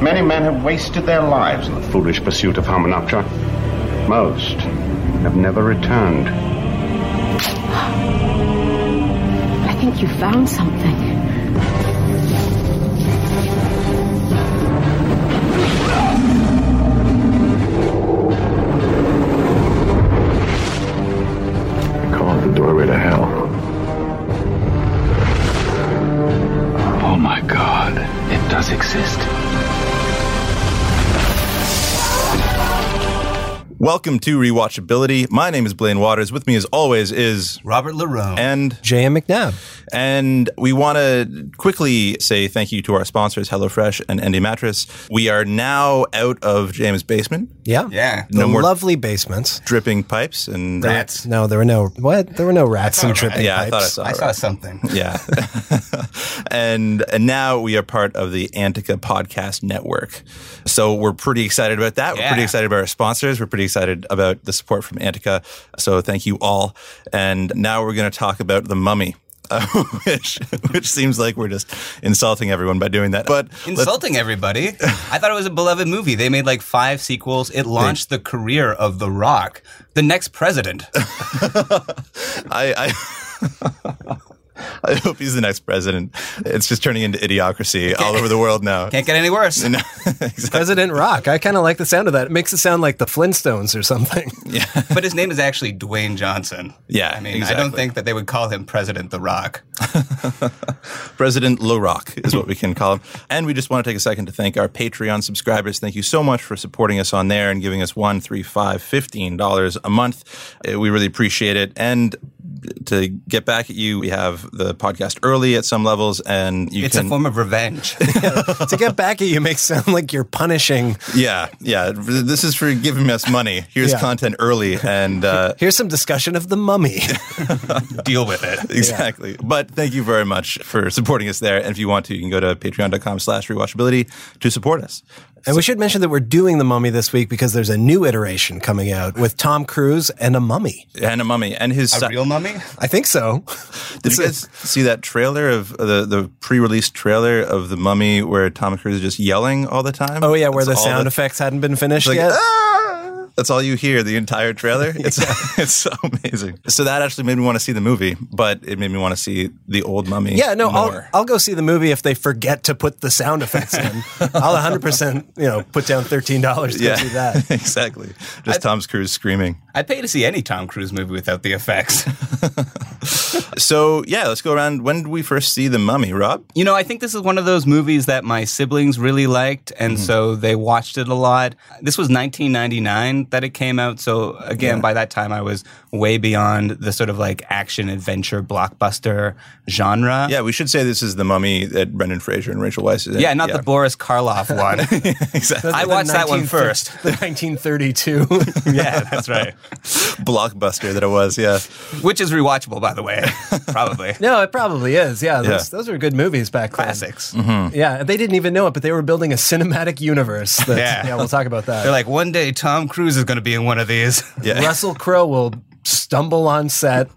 Many men have wasted their lives in the foolish pursuit of Harmonoptera. Most have never returned. I think you found something. I call it the doorway to hell. Oh my god, it does exist. Welcome to Rewatchability. My name is Blaine Waters. With me, as always, is Robert LaRoe. and J.M. McNabb. and we want to quickly say thank you to our sponsors, HelloFresh and Endy Mattress. We are now out of James' basement, Yeah. Yeah. The No more- lovely basements. dripping pipes and Rats. No, there were no what? There were no rats in dripping Yeah, I thought I pipes. saw. I a saw rat. something. Yeah. and and now we are part of the Antica Podcast Network. So we're pretty excited about that. We're Yeah. pretty excited about our sponsors. We're pretty excited about the support from Antica. So thank you all. And now we're going to talk about the mummy. uh, which which seems like we're just insulting everyone by doing that. But let's- Insulting everybody. I thought it was a beloved movie. They made like five sequels. It launched the career of The Rock, the next president. I, I I hope he's the next president. It's just turning into idiocracy all over the world now. Can't get any worse. President Rock. I kind of like the sound of that. It makes it sound like the Flintstones or something. But his name is actually Dwayne Johnson. Yeah, I mean, I exactly. don't think that they would call him President The Rock. President LoRock is what we can call him. And we just want to take a second to thank our Patreon subscribers. Thank you so much for supporting us on there and giving us one, three, five, fifteen dollars a month. Uh, We really appreciate it. And to get back at you, we have the podcast early at some levels, and you It's can a form of revenge. to get back at you makes sound like you're punishing. yeah, yeah. This is for giving us money. Here's Yeah. content early, and uh, Here's some discussion of the mummy. Deal with it. exactly. But thank you very much for supporting us there. And if you want to, you can go to patreon.com slash rewatchability to support us. and we should mention that we're doing the mummy this week because there's a new iteration coming out with Tom Cruise and a mummy. And a mummy and his A son- real mummy? I think so. Did you guys see that trailer of uh, the, the pre release trailer of The Mummy where Tom Cruise is just yelling all the time? Oh yeah, where That's the all sound that- effects hadn't been finished like, yet. "Ah!" That's all you hear the entire trailer. It's, it's so amazing. So that actually made me want to see the movie, but it made me want to see the old mummy. Yeah, no, I'll, more. I'll go see the movie if they forget to put the sound effects in. I'll 100%, you know, put down $13 to yeah, do that. exactly. Just Tom Cruise screaming. I'd pay to see any Tom Cruise movie without the effects. So yeah, let's go around. When did we first see the Mummy, Rob? You know, I think this is one of those movies that my siblings really liked, and Mm-hmm. so they watched it a lot. This was 1999 that it came out, so again, by that time I was way beyond the sort of like action adventure blockbuster genre. Yeah, we should say this is the Mummy that Brendan Fraser and Rachel Weisz is in. Yeah, not the Boris Karloff one. exactly. I watched that one first. The 1932. yeah, that's right. blockbuster that it was. Yeah, Which is rewatchable, by the way, probably. no, it probably is. Yeah, those, those were good movies back then. Classics. Mm-hmm. Yeah, they didn't even know it, but they were building a cinematic universe. That, yeah. Yeah. we'll talk about that. They're like, one day Tom Cruise is going to be in one of these. yeah. Russell Crowe will stumble on set,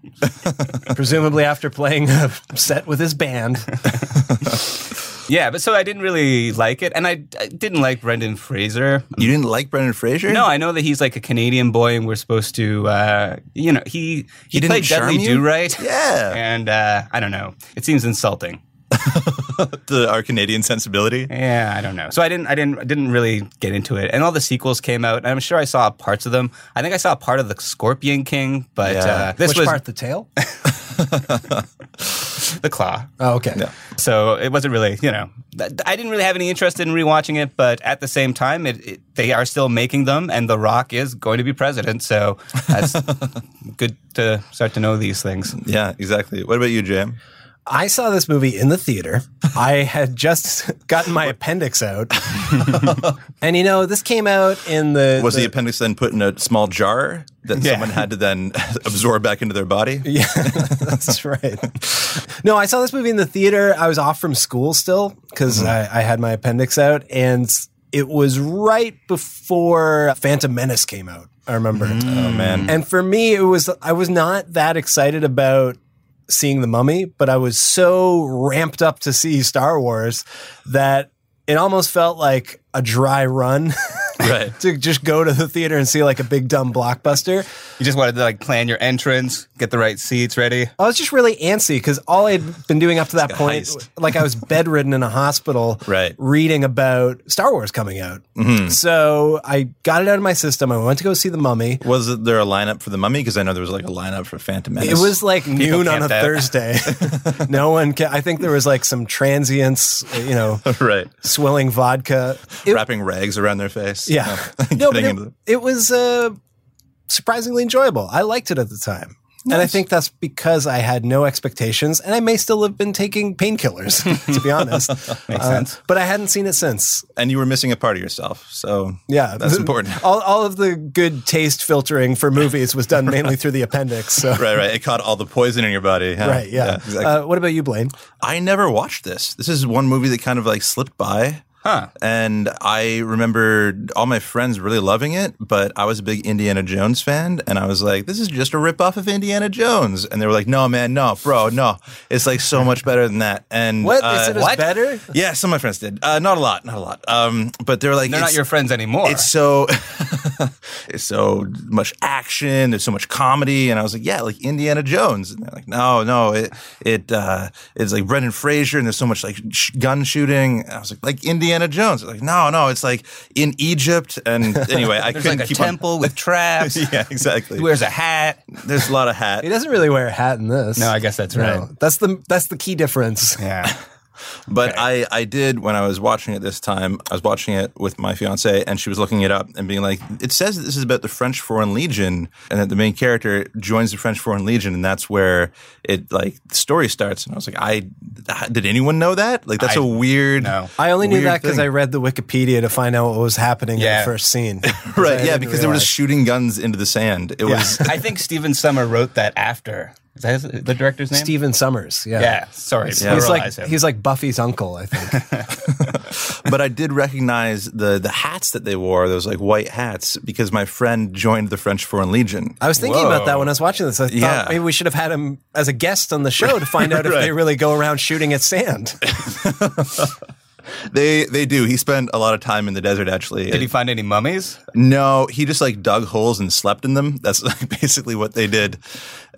presumably after playing a set with his band. Yeah, but so I didn't really like it, and I, I didn't like Brendan Fraser. You didn't like Brendan Fraser? No, I know that he's like a Canadian boy, and we're supposed to, uh, you know, he he, didn't played charm Dudley you? Do Right. Yeah. and uh, I don't know. It seems insulting. the, our Canadian sensibility. Yeah, I don't know. So I didn't, I didn't, I didn't really get into it. And all the sequels came out, and I'm sure I saw parts of them. I think I saw part of the Scorpion King, but Yeah. uh, this Which was part? The tail? the Claw. Oh, okay. So it wasn't really, you know, th- I didn't really have any interest in rewatching it, but at the same time, it, it, they are still making them, and The Rock is going to be president. So that's good to start to know these things. Yeah, exactly. What about you, Jam? I saw this movie in the theater. I had just gotten my appendix out. and you know, this came out in the Was the, the- appendix then put in a small jar that Yeah. someone had to then absorb back into their body? Yeah, that's right. No, I saw this movie in the theater. I was off from school still because Mm-hmm. I, I had my appendix out, and it was right before Phantom Menace came out. I remember. Oh man. And for me, it was I was not that excited about seeing the Mummy, but I was so ramped up to see Star Wars that it almost felt like a dry run Right. to just go to the theater and see like a big dumb blockbuster. You just wanted to like plan your entrance, get the right seats ready. I was just really antsy because all I'd been doing up to that like a point, heist. like I was bedridden in a hospital, Right. Mm-hmm. reading about Star Wars coming out. So I got it out of my system. I went to go see The Mummy. Was there a lineup for the mummy? Because I know there was like a lineup for Phantom Menace. It was like noon on a camped out. Thursday. no one. Ca- I think there was like some transients, you know, right. swilling vodka. It- Wrapping rags around their face. yeah, no, but Getting it, into the- it was uh, surprisingly enjoyable. I liked it at the time. And I think that's because I had no expectations, and I may still have been taking painkillers, to be honest. Makes sense. But I hadn't seen it since. and you were missing a part of yourself. So Yeah, that's important. All, all of the good taste filtering for movies was done mainly through the appendix. So. Right, right. It caught all the poison in your body. huh? Right, yeah. exactly. uh, what about you, Blaine? I never watched this. This is one movie that kind of like slipped by. Huh. And I remember all my friends really loving it, but I was a big Indiana Jones fan, and I was like, "This is just a ripoff of Indiana Jones." And they were like, "No, man, no, bro, no. It's like so much better than that." And What is uh, it as better? Yeah, some of my friends did. Uh, not a lot, not a lot. Um, but they were like, They're not "It's- your friends anymore. it's so it's so much action. There's so much comedy, and I was like, yeah, like Indiana Jones. And they're like, no, no, it it uh, it's like Brendan Fraser, and there's so much like sh- gun shooting. And I was like, like Indiana Jones. They're like, no, no, it's like in Egypt. And anyway, I There's couldn't like a keep on- temple with traps. yeah, exactly. He wears a hat. There's a lot of hat. He doesn't really wear a hat in this. No, I guess that's right. That's the that's the key difference. Yeah. But I, I did when I was watching it this time. I was watching it with my fiance, and she was looking it up and being like, "It says that this is about the French Foreign Legion, and that the main character joins the French Foreign Legion, and that's where it like the story starts." And I was like, "I did anyone know that? Like that's a I- weird no. I only knew weird that because thing." I read the Wikipedia to find out what was happening in the Yeah. first scene. right I yeah didn't because they were just shooting guns into the sand. It was I think Steven Summer wrote that after. Is that his- the director's name? Steven Summers. Yeah. Yeah. Sorry. Yeah. He's like pluralize him. he's like Buffy's uncle, I think. but I did recognize the the hats that they wore, those like white hats, because my friend joined the French Foreign Legion. I was thinking about that when I was watching this. I thought Yeah. maybe we should have had him as a guest on the show to find out if they really go around shooting at sand. They they do. He spent a lot of time in the desert actually. Did he find any mummies? No, he just like dug holes and slept in them. That's like basically what they did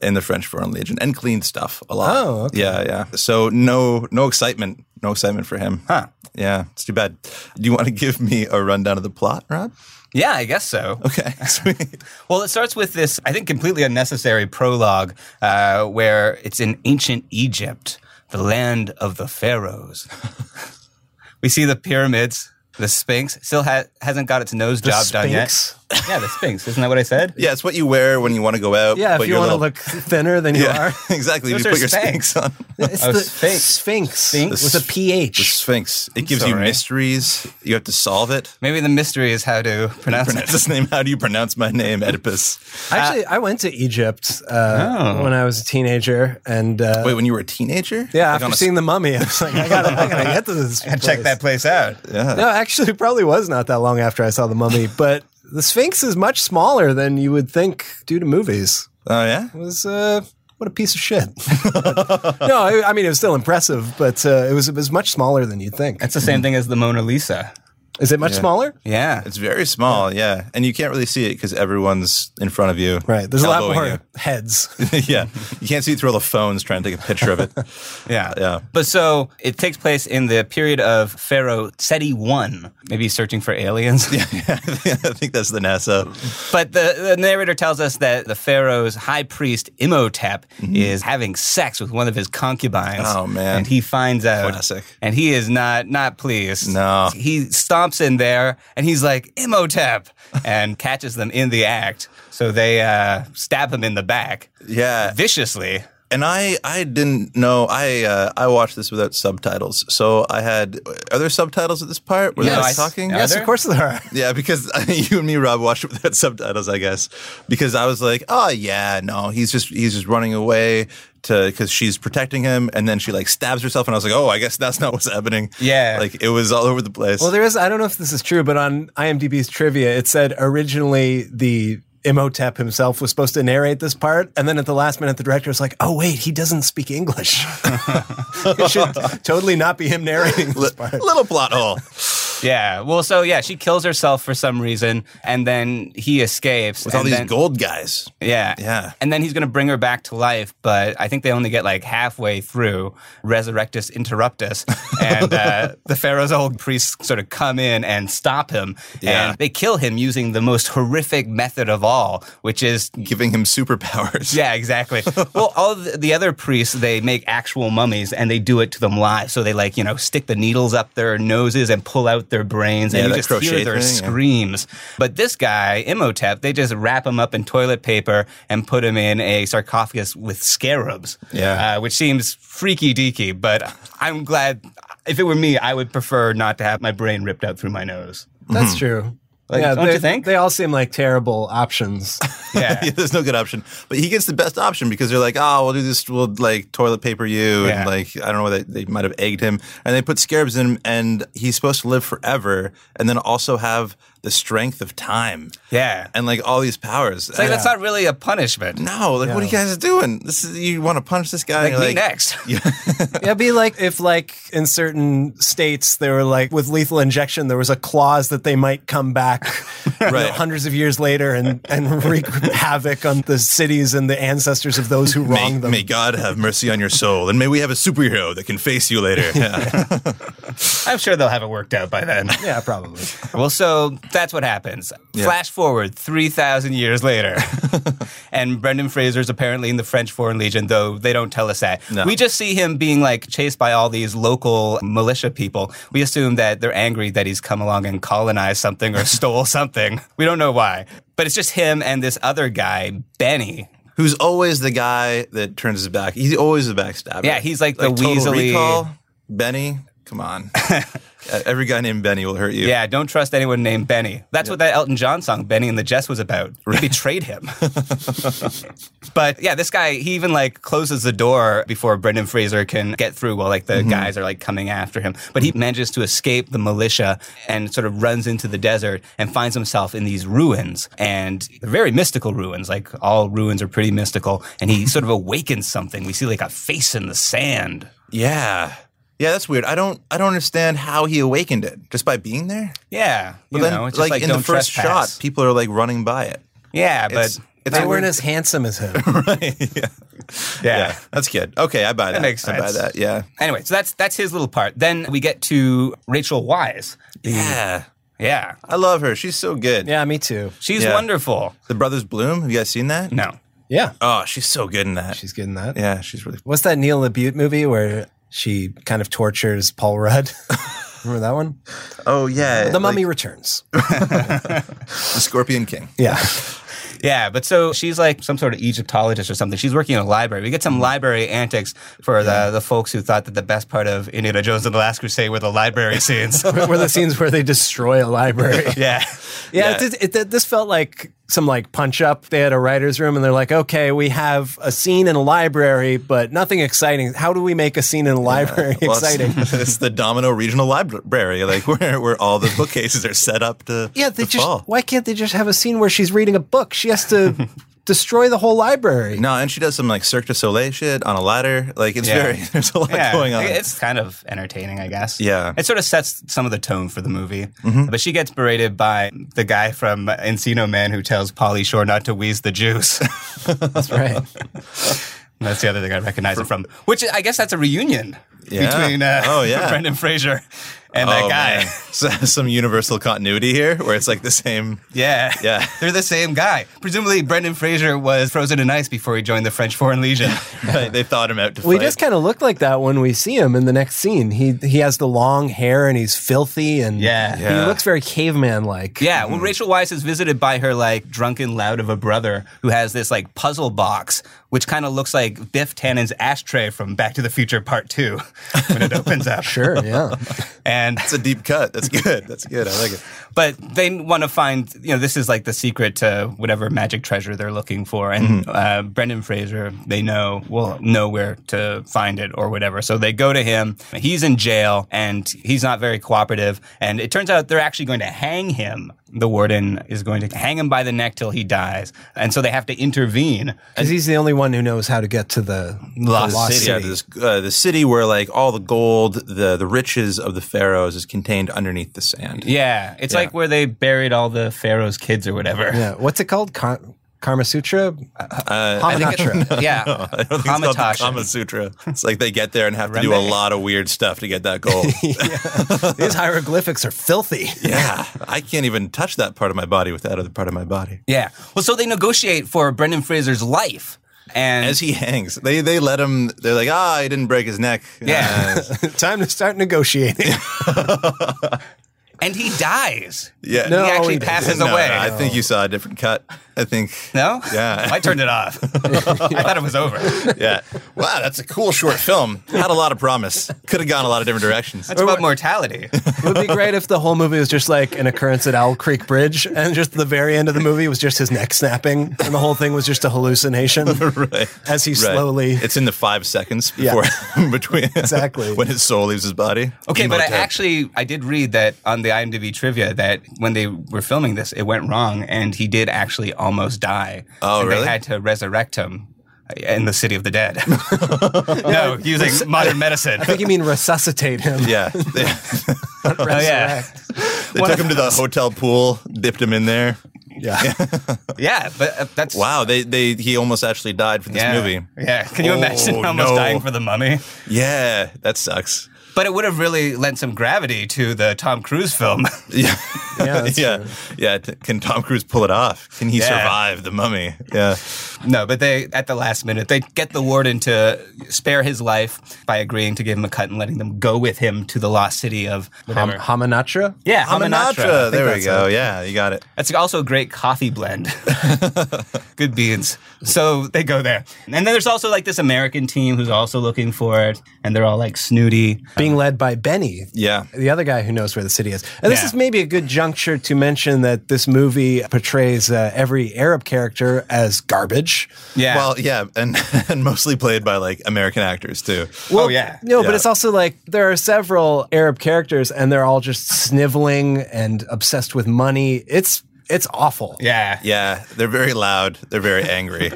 in the French Foreign Legion and cleaned stuff a lot. Oh, okay. yeah, yeah. So no no excitement, no excitement for him. Huh. Yeah, it's too bad. Do you want to give me a rundown of the plot, Rob? Yeah, I guess so. Okay, sweet. Well, it starts with this, I think, completely unnecessary prologue uh, where it's in ancient Egypt, the land of the pharaohs. we see the pyramids, the Sphinx. Still ha- hasn't got its nose job done yet. Sphinx? Yeah, the Sphinx. Isn't that what I said? Yeah, it's what you wear when you want to go out. Yeah, but if you you're a want to little- look thinner than you Yeah, are. exactly. Those you are put your Spanx. spanks on. It's Oh, the Sphinx. Sphinx. Sphinx. Sphinx? With a PH. The Sphinx. It gives you sorry. mysteries. You have to solve it. Maybe the mystery is how to pronounce Pronounce it. his name. How do you pronounce my name? Oedipus. Actually, I went to Egypt uh, when I was a teenager, and uh, Oh. Wait, when you were a teenager? yeah, Like on after a- seeing the mummy, I was like, I gotta, I gotta get to this. Check that place out. No, actually, it probably was not that long after I saw the mummy, but the Sphinx is much smaller than you would think due to movies. Oh yeah. It was uh, what a piece of shit. But, no, I, I mean it was still impressive, but uh, it was it was much smaller than you'd think. That's the same thing as the Mona Lisa. Is it much smaller? Yeah. It's very small, yeah. and you can't really see it because everyone's in front of you. Right. There's a lot more elbowing heads. you. yeah, you can't see it through all the phones trying to take a picture of it. Yeah. Yeah. But so it takes place in the period of Pharaoh Seti I, maybe searching for aliens. I think that's the NASA. But the, the narrator tells us that the Pharaoh's high priest Imhotep is having sex with one of his concubines. Mm-hmm. Oh, man. And he finds out. Classic. And he is not not pleased. No. He stomps in there and he's like Imhotep and catches them in the act. So they uh, stab him in the back Yeah, viciously. and I I didn't know I uh, I watched this without subtitles, so I had are there subtitles at this part? Were they Yes. like talking? Are yes, there? of course there are. Yeah, because you and me, Rob, watched it without subtitles, I guess. Because I was like, oh yeah, no, he's just he's just running away to because she's protecting him, and then she like stabs herself, and I was like, oh, I guess that's not what's happening. Yeah. like it was all over the place. Well, there is. I don't know if this is true, but on IMDb's trivia, it said originally the Imhotep himself was supposed to narrate this part, and then at the last minute, the director was like, "Oh wait, he doesn't speak English. it should totally not be him narrating this part." little plot hole. Yeah. Well, so yeah, she kills herself for some reason, and then he escapes With all and these then- gold guys. Yeah. Yeah. And then he's going to bring her back to life, but I think they only get like halfway through Resurrectus Interruptus. And uh, the Pharaoh's old priests sort of come in and stop him. Yeah. And they kill him using the most horrific method of all, which is. Giving him superpowers. Yeah, exactly. well, all of the- the other priests, they make actual mummies and they do it to them live. So they like, you know, stick the needles up their noses and pull out their brains Yeah, and that you just hear crochet their thing, yeah. screams. But this guy, Imhotep, they just wrap him up in toilet paper and put him in a sarcophagus with scarabs. Yeah. Uh, which seems freaky deaky, but I'm glad if it were me, I would prefer not to have my brain ripped out through my nose. That's true. Like, don't they, you think? they all seem like terrible options? Yeah, Yeah. there's no good option, but he gets the best option because they're like, "Oh, we'll do this. We'll like toilet paper you," Yeah. and like I don't know, whether they, they might have egged him, and they put scarabs in him, and he's supposed to live forever, and then also have the strength of time, Yeah. and like all these powers. It's like, that's not really a punishment. no, like what are you guys doing? This is you want to punch this guy? Like, You're me next. Yeah, it'd be like if, like, in certain states, they were like with lethal injection, there was a clause that they might come back you know, Right. hundreds of years later and and wreak havoc on the cities and the ancestors of those who wronged May, them. may God have mercy on your soul, and may we have a superhero that can face you later. Yeah. I'm sure they'll have it worked out by then. Yeah, probably. Well, so that's what happens. Flash forward 3,000 years later. and Brendan Fraser's apparently in the French Foreign Legion, though they don't tell us that. We just see him being like chased by all these local militia people. We assume that they're angry that he's come along and colonized something or stole something. We don't know why. But it's just him and this other guy, Benny. Who's always the guy that turns his back? He's always the backstabber. Yeah, he's like the Total weaselly- Recall, Benny. Come on, Uh, every guy named Benny will hurt you. Yeah, don't trust anyone named Benny. That's what that Elton John song Benny and the Jess was about. They betrayed him. but yeah, this guy he even like closes the door before Brendan Fraser can get through while like the Mm-hmm. guys are like coming after him. But he manages to escape the militia and sort of runs into the desert and finds himself in these ruins and they're very mystical ruins. Like all ruins are pretty mystical and he sort of awakens something. We see like a face in the sand. yeah. Yeah, that's weird. I don't I don't understand how he awakened it just by being there. Yeah, But you then, know, it's just like, in the don't first trespass. shot, people are like running by it. yeah, but It's- it's They a weren't weird- as handsome as him. yeah. that's good. Okay, I buy that. makes I buy sense. that. Yeah. Anyway, so that's that's his little part. Then we get to Rachel Wise. Yeah. Yeah, I love her. She's so good. yeah, me too. she's Yeah. wonderful. The Brothers Bloom. Have you guys seen that? No, Yeah, Oh, she's so good in that. she's getting that. yeah, she's really. What's that Neil LaBute movie where she kind of tortures Paul Rudd? Remember that one? Oh yeah, The Mummy like Returns. the Scorpion King. Yeah. Yeah, but so she's like some sort of Egyptologist or something. She's working in a library. We get Mm. some library antics for the, the folks who thought that the best part of Indiana Jones and the Last Crusade were the library scenes. were the scenes where they destroy a library. yeah. Yeah, It, did- it, did- this felt like some like punch up. They had a writer's room and they're like, okay, we have a scene in a library, but nothing exciting. How do we make a scene in a library Well, it's- exciting? It's, the Domino Regional Library, like where where all the bookcases are set up to. Yeah, they to just, fall. why can't they just have a scene where she's reading a book? She has to destroy the whole library. No, and she does some like Cirque du Soleil shit on a ladder. Like it's Yeah. very there's a lot Yeah. going on. It's kind of entertaining, I guess. Yeah. Mm-hmm. It sort of sets some of the tone for the movie. But she gets berated by the guy from Encino Man who tells Polly Shore not to wheeze the juice. That's right. that's the other thing I recognize it from, which I guess that's a reunion Yeah. between uh, Oh, yeah. Brendan Fraser and Oh, that guy. man. So, some universal continuity here where it's like the same. Yeah. Yeah. They're the same guy. Presumably, Brendan Fraser was frozen in ice before he joined the French Foreign Legion. Right, they thought him out to We fight. just kind of look like that when we see him in the next scene. He he has the long hair and he's filthy and Yeah. Yeah. he looks very caveman like. yeah. Well, Rachel Weisz is visited by her, like, drunken lout of a brother who has this, like, puzzle box, which kind of looks like Biff Tannen's ashtray from Back to the Future Part 2 when it opens up. Sure, yeah. And It's a deep cut. That's good. That's good. I like it. but they want to find you know this is like the secret to whatever magic treasure they're looking for Mm-hmm. and uh, brendan fraser they know will know where to find it or whatever so they go to him he's in jail and he's not very cooperative and it turns out they're actually going to hang him the warden is going to hang him by the neck till he dies and so they have to intervene Because he's the only one who knows how to get to the Lost the lost City. Yeah, this, uh, the city where like all the gold, the the riches of the pharaohs is contained underneath the sand. yeah it's like where they buried all the pharaoh's kids or whatever Yeah, what's it called? Ka- Karma Sutra? Uh, yeah I don't think it's called the Hamatasha. Kama Sutra. It's like they get there and have to do a Rembe. lot of weird stuff to get that gold. These hieroglyphics are filthy. yeah, I can't even touch that part of my body with that other part of my body. yeah well so they negotiate for brendan fraser's life and As he hangs, they they let him. They're like, ah, he didn't break his neck. Yeah. Uh, Time to start negotiating. and he dies. yeah. No, he actually he passes No, no, away. I think you saw a different cut. I think. No? Yeah. I turned it off. I thought it was over. Yeah. Wow, that's a cool short film. Had a lot of promise. Could have gone a lot of different directions. It's about mortality. it would be great if the whole movie was just like an occurrence at Owl Creek Bridge, and just the very end of the movie was just his neck snapping, and the whole thing was just a hallucination Right. as he Right. slowly. It's in the five seconds Yeah. before between Exactly. when his soul leaves his body. Okay, but I Imhotep. actually I did read that on the IMDb trivia that when they were filming this, it went wrong and he did actually almost die. Oh, and really? They had to resurrect him in the city of the dead. no, using modern medicine. I think you mean resuscitate him. Yeah. They, Oh, yeah. they took him to the hotel pool, dipped him in there. Yeah. Yeah, but uh, that's Wow, they they he almost actually died for this yeah. movie. Yeah, can you Oh, imagine almost no. dying for the mummy? Yeah, that sucks. But it would have really lent some gravity to the Tom Cruise film. Yeah. Yeah, that's yeah. Yeah, t- can Tom Cruise pull it off? Can he Yeah. survive the mummy? Yeah. No, but they at the last minute they get the warden to spare his life by agreeing to give him a cut and letting them go with him to the lost city of Ham- Hamanatra? yeah, Hamanatra. Hamanatra. There we that's go. Yeah, you got it. That's also a great coffee blend. Good beans. So they go there, and then there's also like this American team who's also looking for it, and they're all like snooty. Being led by Benny, Yeah. the other guy who knows where the city is. And this Yeah. is maybe a good juncture to mention that this movie portrays uh, every Arab character as garbage. Yeah. Well, yeah, and and mostly played by like American actors too. oh yeah. No, Yeah. but it's also like there are several Arab characters and they're all just sniveling and obsessed with money. It's it's awful. Yeah. Yeah, they're very loud. They're very angry.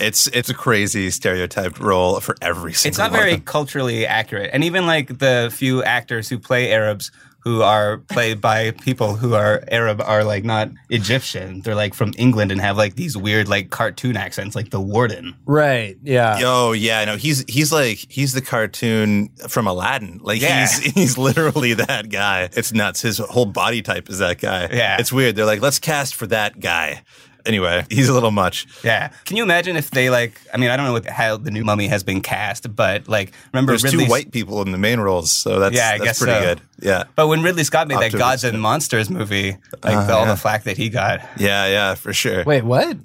It's it's a crazy stereotyped role for every single. It's not one of very them. culturally accurate. And even like the few actors who play Arabs who are played by people who are Arab are like not Egyptian. They're like from England and have like these weird like cartoon accents, like the warden. Right. Yeah. Oh yeah, no, he's he's like he's the cartoon from Aladdin. Like Yeah. he's he's literally that guy. It's nuts. His whole body type is that guy. Yeah. it's weird. They're like, let's cast for that guy. Anyway, he's a little much. Yeah. Can you imagine if they like I mean, I don't know what, how the new mummy has been cast, but like remember There's Ridley two white people in the main roles, so that's Yeah, I that's guess pretty so. good. Yeah. But when Ridley Scott made that Optimus, Gods and Monsters movie, like the- all the flack that he got, Yeah, yeah, for sure. Wait, what?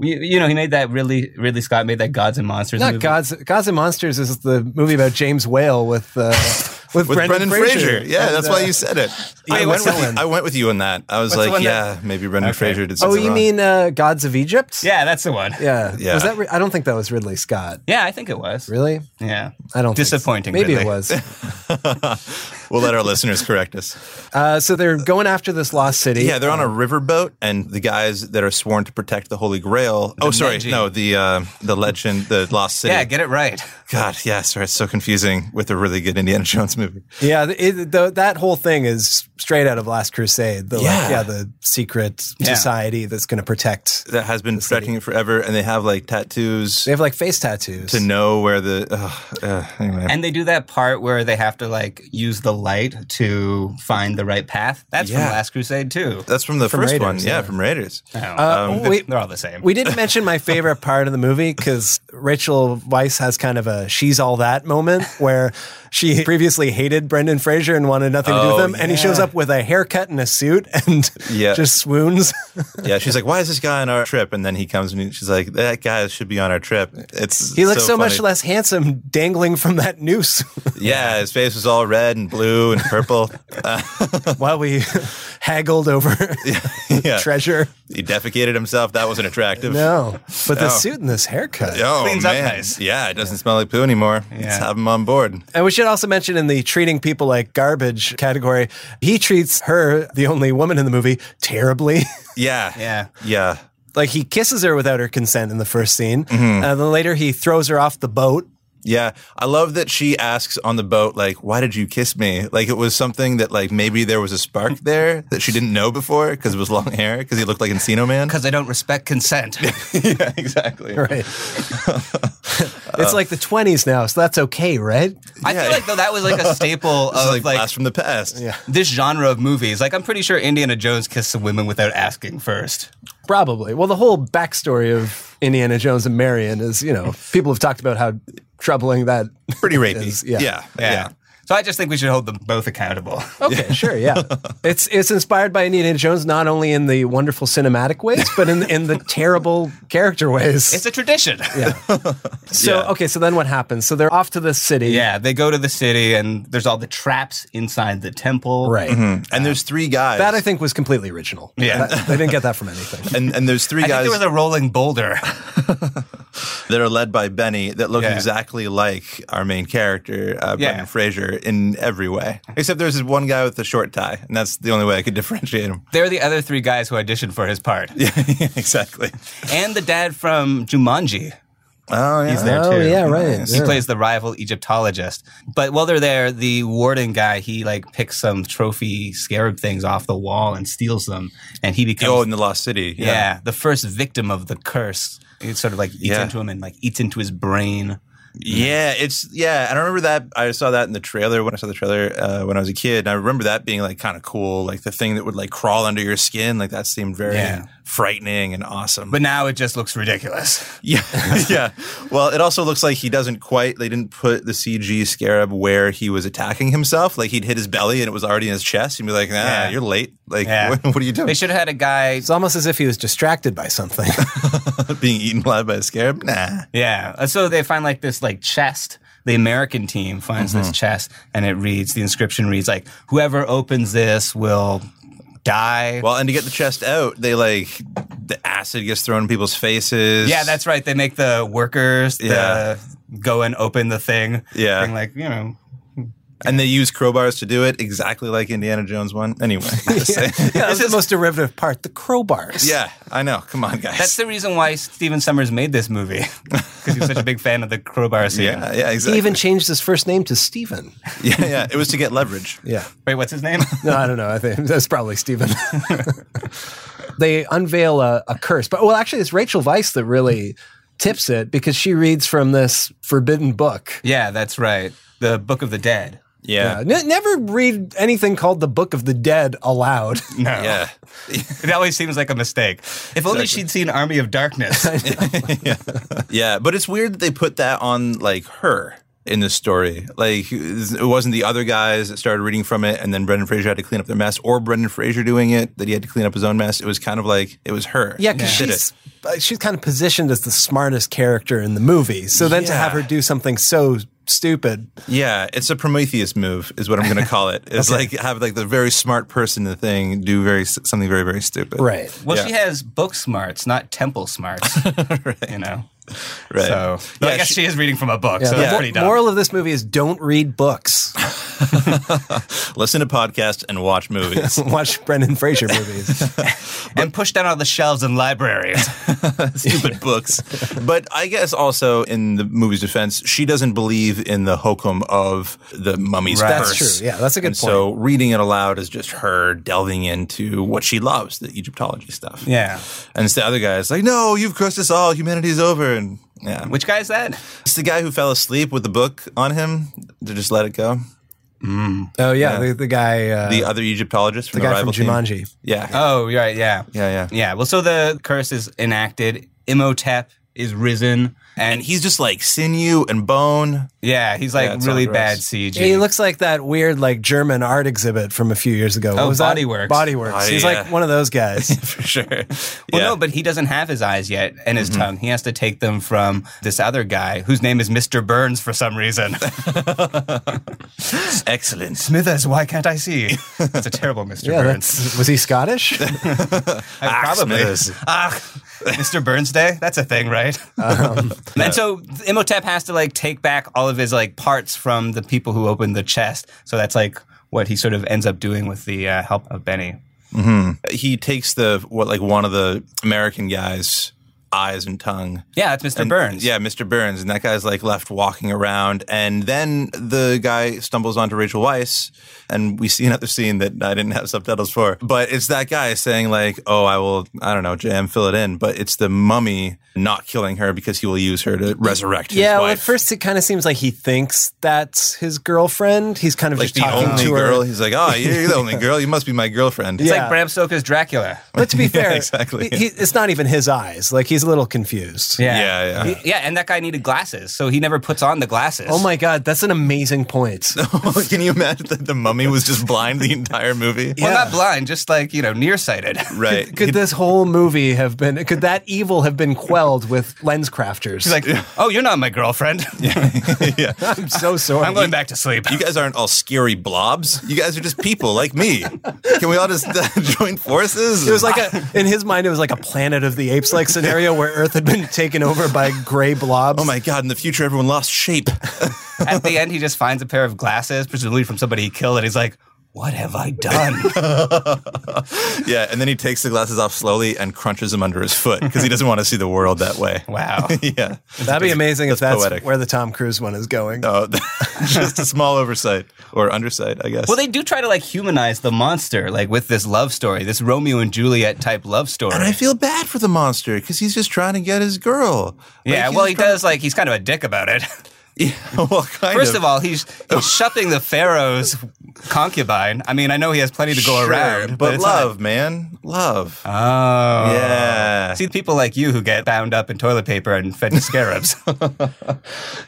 you, you know, he made that Ridley Ridley Scott made that Gods and Monsters. Not movie. Gods, Gods and Monsters is the movie about James Whale with uh, with, With Brendan, Fraser. Yeah, And, that's uh, why you said it. I, went what's with that you, one? I went with you on that. I was What's the like, one yeah, that- maybe Brendan Okay. Fraser did Oh, something you wrong. mean uh, Gods of Egypt? Yeah, that's the one. Yeah. Yeah. Was that? Ri- I don't think that was Ridley Scott. Yeah, I think it was. Really? Yeah. I don't. think so. Disappointing, Maybe Ridley. it was. we'll let our listeners correct us. Uh, so they're going after this lost city. Yeah, they're on a riverboat, and the guys that are sworn to protect the Holy Grail. Oh, sorry, Neji. no, the uh, the legend, the Lost City. Yeah, get it right. God, yeah, sorry, it's so confusing with a really good Indiana Jones movie. Yeah, th- it, the, that whole thing is straight out of Last Crusade. The, Yeah. Like, yeah, the secret Yeah. society that's going to protect. That has been protecting it forever, and they have like tattoos They have like face tattoos. to know where the. ugh, uh, anyway, And they do that part where they have to like use the light to find the right path. That's Yeah. from Last Crusade too. that's from the From first Raiders, one, yeah, yeah. from Raiders. Oh, um, Oh, wait, they're all the same. we didn't mention my favorite part of the movie because Rachel Weisz has kind of a she's all that moment where she previously hated Brendan Fraser and wanted nothing to do Oh, with him. And he shows up with a haircut and a suit and Yeah. just swoons. Yeah, she's like, "Why is this guy on our trip?" And then he comes and she's like, "That guy should be on our trip." It's He looks so, much funny. less handsome dangling from that noose Yeah, his face was all red and blue and purple. while we haggled over yeah. treasure. He defecated himself. That wasn't attractive. No, but No. the suit and this haircut. Oh, Cleans up man. nice. Yeah, it doesn't smell like poo anymore. Let's have him on board. And we should also mention in the treating people like garbage category, he treats her, the only woman in the movie, terribly. Yeah. Yeah. Yeah. like he kisses her without her consent in the first scene. Mm-hmm. And then later he throws her off the boat. Yeah. I love that she asks on the boat, like, why did you kiss me? Like, it was something that, like, maybe there was a spark there that she didn't know before because it was long hair, because he looked like Encino Man. Because they don't respect consent. yeah, exactly. Right. it's like the 20s now, so that's okay, right? I Yeah. feel like though that was like a staple This is, of like, like blast from the past. Yeah. this genre of movies. Like I'm pretty sure Indiana Jones kissed some women without asking first. Probably. Well, the whole backstory of Indiana Jones and Marion is, you know, people have talked about how troubling that. Pretty rapey. Is- yeah. yeah. Yeah. Yeah. So I just think we should hold them both accountable. Okay, sure, yeah. It's it's inspired by Indiana Jones not only in the wonderful cinematic ways, but in in the terrible character ways. It's a tradition. Yeah. so yeah. okay, so then what happens? So they're off to the city. they go to the city and there's all the traps inside the temple. Right. And there's three guys. That I think was completely original. Yeah. That- they didn't get that from anything. and, and there's three I guys think there was a rolling boulder. that are led by Benny that look Yeah. exactly like our main character, uh, Yeah. Brendan Fraser, in every way. Except there's this one guy with the short tie, and that's the only way I could differentiate him. They're the other three guys who auditioned for his part. yeah, exactly. And the dad from Jumanji. Oh, yeah. He's there Oh too. yeah, right. He yeah. plays the rival Egyptologist. But while they're there, the warden guy, he like picks some trophy scarab things off the wall and steals them. And he becomes Oh, in the Lost City. yeah. the first victim of the curse. It sort of like eats Yeah. into him and like eats into his brain. Yeah, it's yeah. And I remember that I saw that in the trailer when I saw the trailer uh, when I was a kid. And I remember that being like kind of cool, like the thing that would like crawl under your skin. Like that seemed very Yeah. frightening and awesome. But now it just looks ridiculous. Yeah, yeah. Well, it also looks like he doesn't quite. They didn't put the CG scarab where he was attacking himself. Like he'd hit his belly and it was already in his chest. You'd be like, Nah, Yeah. you're late. Like, Yeah. what, what are you They doing? should have had a guy It's almost as if he was distracted by something. Being eaten alive by a scarab? Nah. Yeah. Uh, So they find like this like chest. The American team finds Mm-hmm. this chest and it reads the inscription reads like whoever opens this will die. Well, and to get the chest out, they like the acid gets thrown in people's faces. yeah, that's right. They make the workers Yeah. the, go and open the thing. Yeah. Being like, you know, And they use crowbars to do it exactly like Indiana Jones one. Anyway, just saying. Yeah, that's the most derivative part, the crowbars. yeah, I know. Come on, guys. That's the reason why Steven Summers made this movie because he was such a big fan of the crowbar scene. yeah, yeah, He exactly. even changed his first name to Steven. yeah, yeah. It was to get leverage. Yeah. Wait, what's his name? No, I don't know. I think that's probably Steven. they unveil a, a curse, but well, actually, it's Rachel Weisz that really tips it because she reads from this forbidden book. yeah, that's right. The Book of the Dead. Yeah, Ne- never read anything called the Book of the Dead aloud. No. yeah. It always seems like a mistake. If only she'd seen Army of Darkness. Yeah, but it's weird that they put that on like her in this story. Like it wasn't the other guys that started reading from it, and then Brendan Fraser had to clean up their mess, or Brendan Fraser doing it that he had to clean up his own mess. It was kind of like it was her. Yeah, because Did it. she's uh, she's kind of positioned as the smartest character in the movie. So then to Yeah. have her do something so stupid, Yeah, it's a Prometheus move, is what I'm going to call it. It's like have like the very smart person in the thing do very s- something very very stupid. well, Yeah. she has book smarts, not temple smarts. You know? Right. So, but Yeah, I guess she- she, is reading from a book, so The that's mo- pretty dumb. moral of this movie is don't read books. Listen to podcasts and watch movies. Watch Brendan Fraser movies. and push down all the shelves in libraries. stupid books. But I guess also in the movie's defense, she doesn't believe in the hokum of the mummy's Right. curse. That's true. Yeah, that's a good And So reading it aloud is just her delving into what she loves, the Egyptology stuff. yeah. And it's the other guy's like, no, you've cursed us all. Humanity's over. And yeah. Which guy is that? It's the guy who fell asleep with the book on him to just let it go. Oh yeah, The, the guy, uh, The the, other Egyptologist from the, guy from rival team. Jumanji. Yeah. Oh, right. Yeah. Yeah, yeah. Yeah. Well, so the curse is enacted. Imhotep is risen. And, And he's just like sinew and bone. yeah, he's like Yeah, it's all really gross. bad CG. He looks like that weird like German art exhibit from a few years ago. What Oh, was that? Body Works. Body Works. Oh, He's yeah. like one of those guys. For sure. Well, yeah. Mm-hmm. no, but he doesn't have his eyes yet and his tongue. He has to take them from this other guy whose name is Mr. Burns for some reason. Excellent. Smithers, why can't I see? It's a terrible Mr. yeah, Burns. that's, was he Scottish? I- probably. Smithers. Ah, Mr. Burns Day? That's a thing, right? Um, and so Imhotep has to like take back all of his like parts from the people who opened the chest. So that's like what he sort of ends up doing with the uh, help of Benny. he takes the what like one of the American guys eyes and tongue. Yeah, that's Mr. Burns. Yeah, Mr. Burns, and that guy's like left walking around, and then the guy stumbles onto Rachel Weisz, and we see another scene that I didn't have subtitles for, but it's that guy saying like, "Oh, I will, I don't know, jam, fill it in," but it's the mummy not killing her because he will use her to resurrect his yeah. Well, wife. at first it kind of seems like he thinks that's his girlfriend. He's kind of like just the talking only to her. girl, he's like, "Oh, you're the only girl. You must be my girlfriend." It's Yeah. like Bram Stoker's Dracula. But to be fair, exactly. he- he- it's not even his eyes. Like he's a little confused. Yeah, yeah. He- yeah, and that guy needed glasses, so he never puts on the glasses. Oh my god, that's an amazing point. Can you imagine that the mummy was just blind the entire movie? Well, Yeah. not blind, just like, you know, nearsighted. Right. Could this whole movie have been? Could that evil have been quelled with lens crafters? He's like, oh, you're not my girlfriend. yeah. I'm so sorry. I'm going back to sleep. You guys aren't all scary blobs. You guys are just people like me. Can we all just uh, join forces? It was like a in his mind it was like a Planet of the Apes like scenario where Earth had been taken over by gray blobs. oh my god! In the future, everyone lost shape. At the end, he just finds a pair of glasses, presumably from somebody he killed, and he's like, what have I done? yeah, and then he takes the glasses off slowly and crunches them under his foot because he doesn't want to see the world that way. Wow. yeah, That'd be amazing if That's that's poetic. where the Tom Cruise one is going. Oh, just a small oversight or undersight, I guess. Well, they do try to like humanize the monster, like with this love story, this Romeo and Juliet type love story. and I feel bad for the monster because he's just trying to get his girl. Like, yeah, he's well, just he trying- does like he's kind of a dick about it. Yeah, well, kind First of all, he's, he's shupping the pharaoh's concubine. I mean, I know he has plenty to go Sure, around, but, but, it's not- love, man, love. Oh. yeah, See people like you who get bound up in toilet paper and fed to scarabs.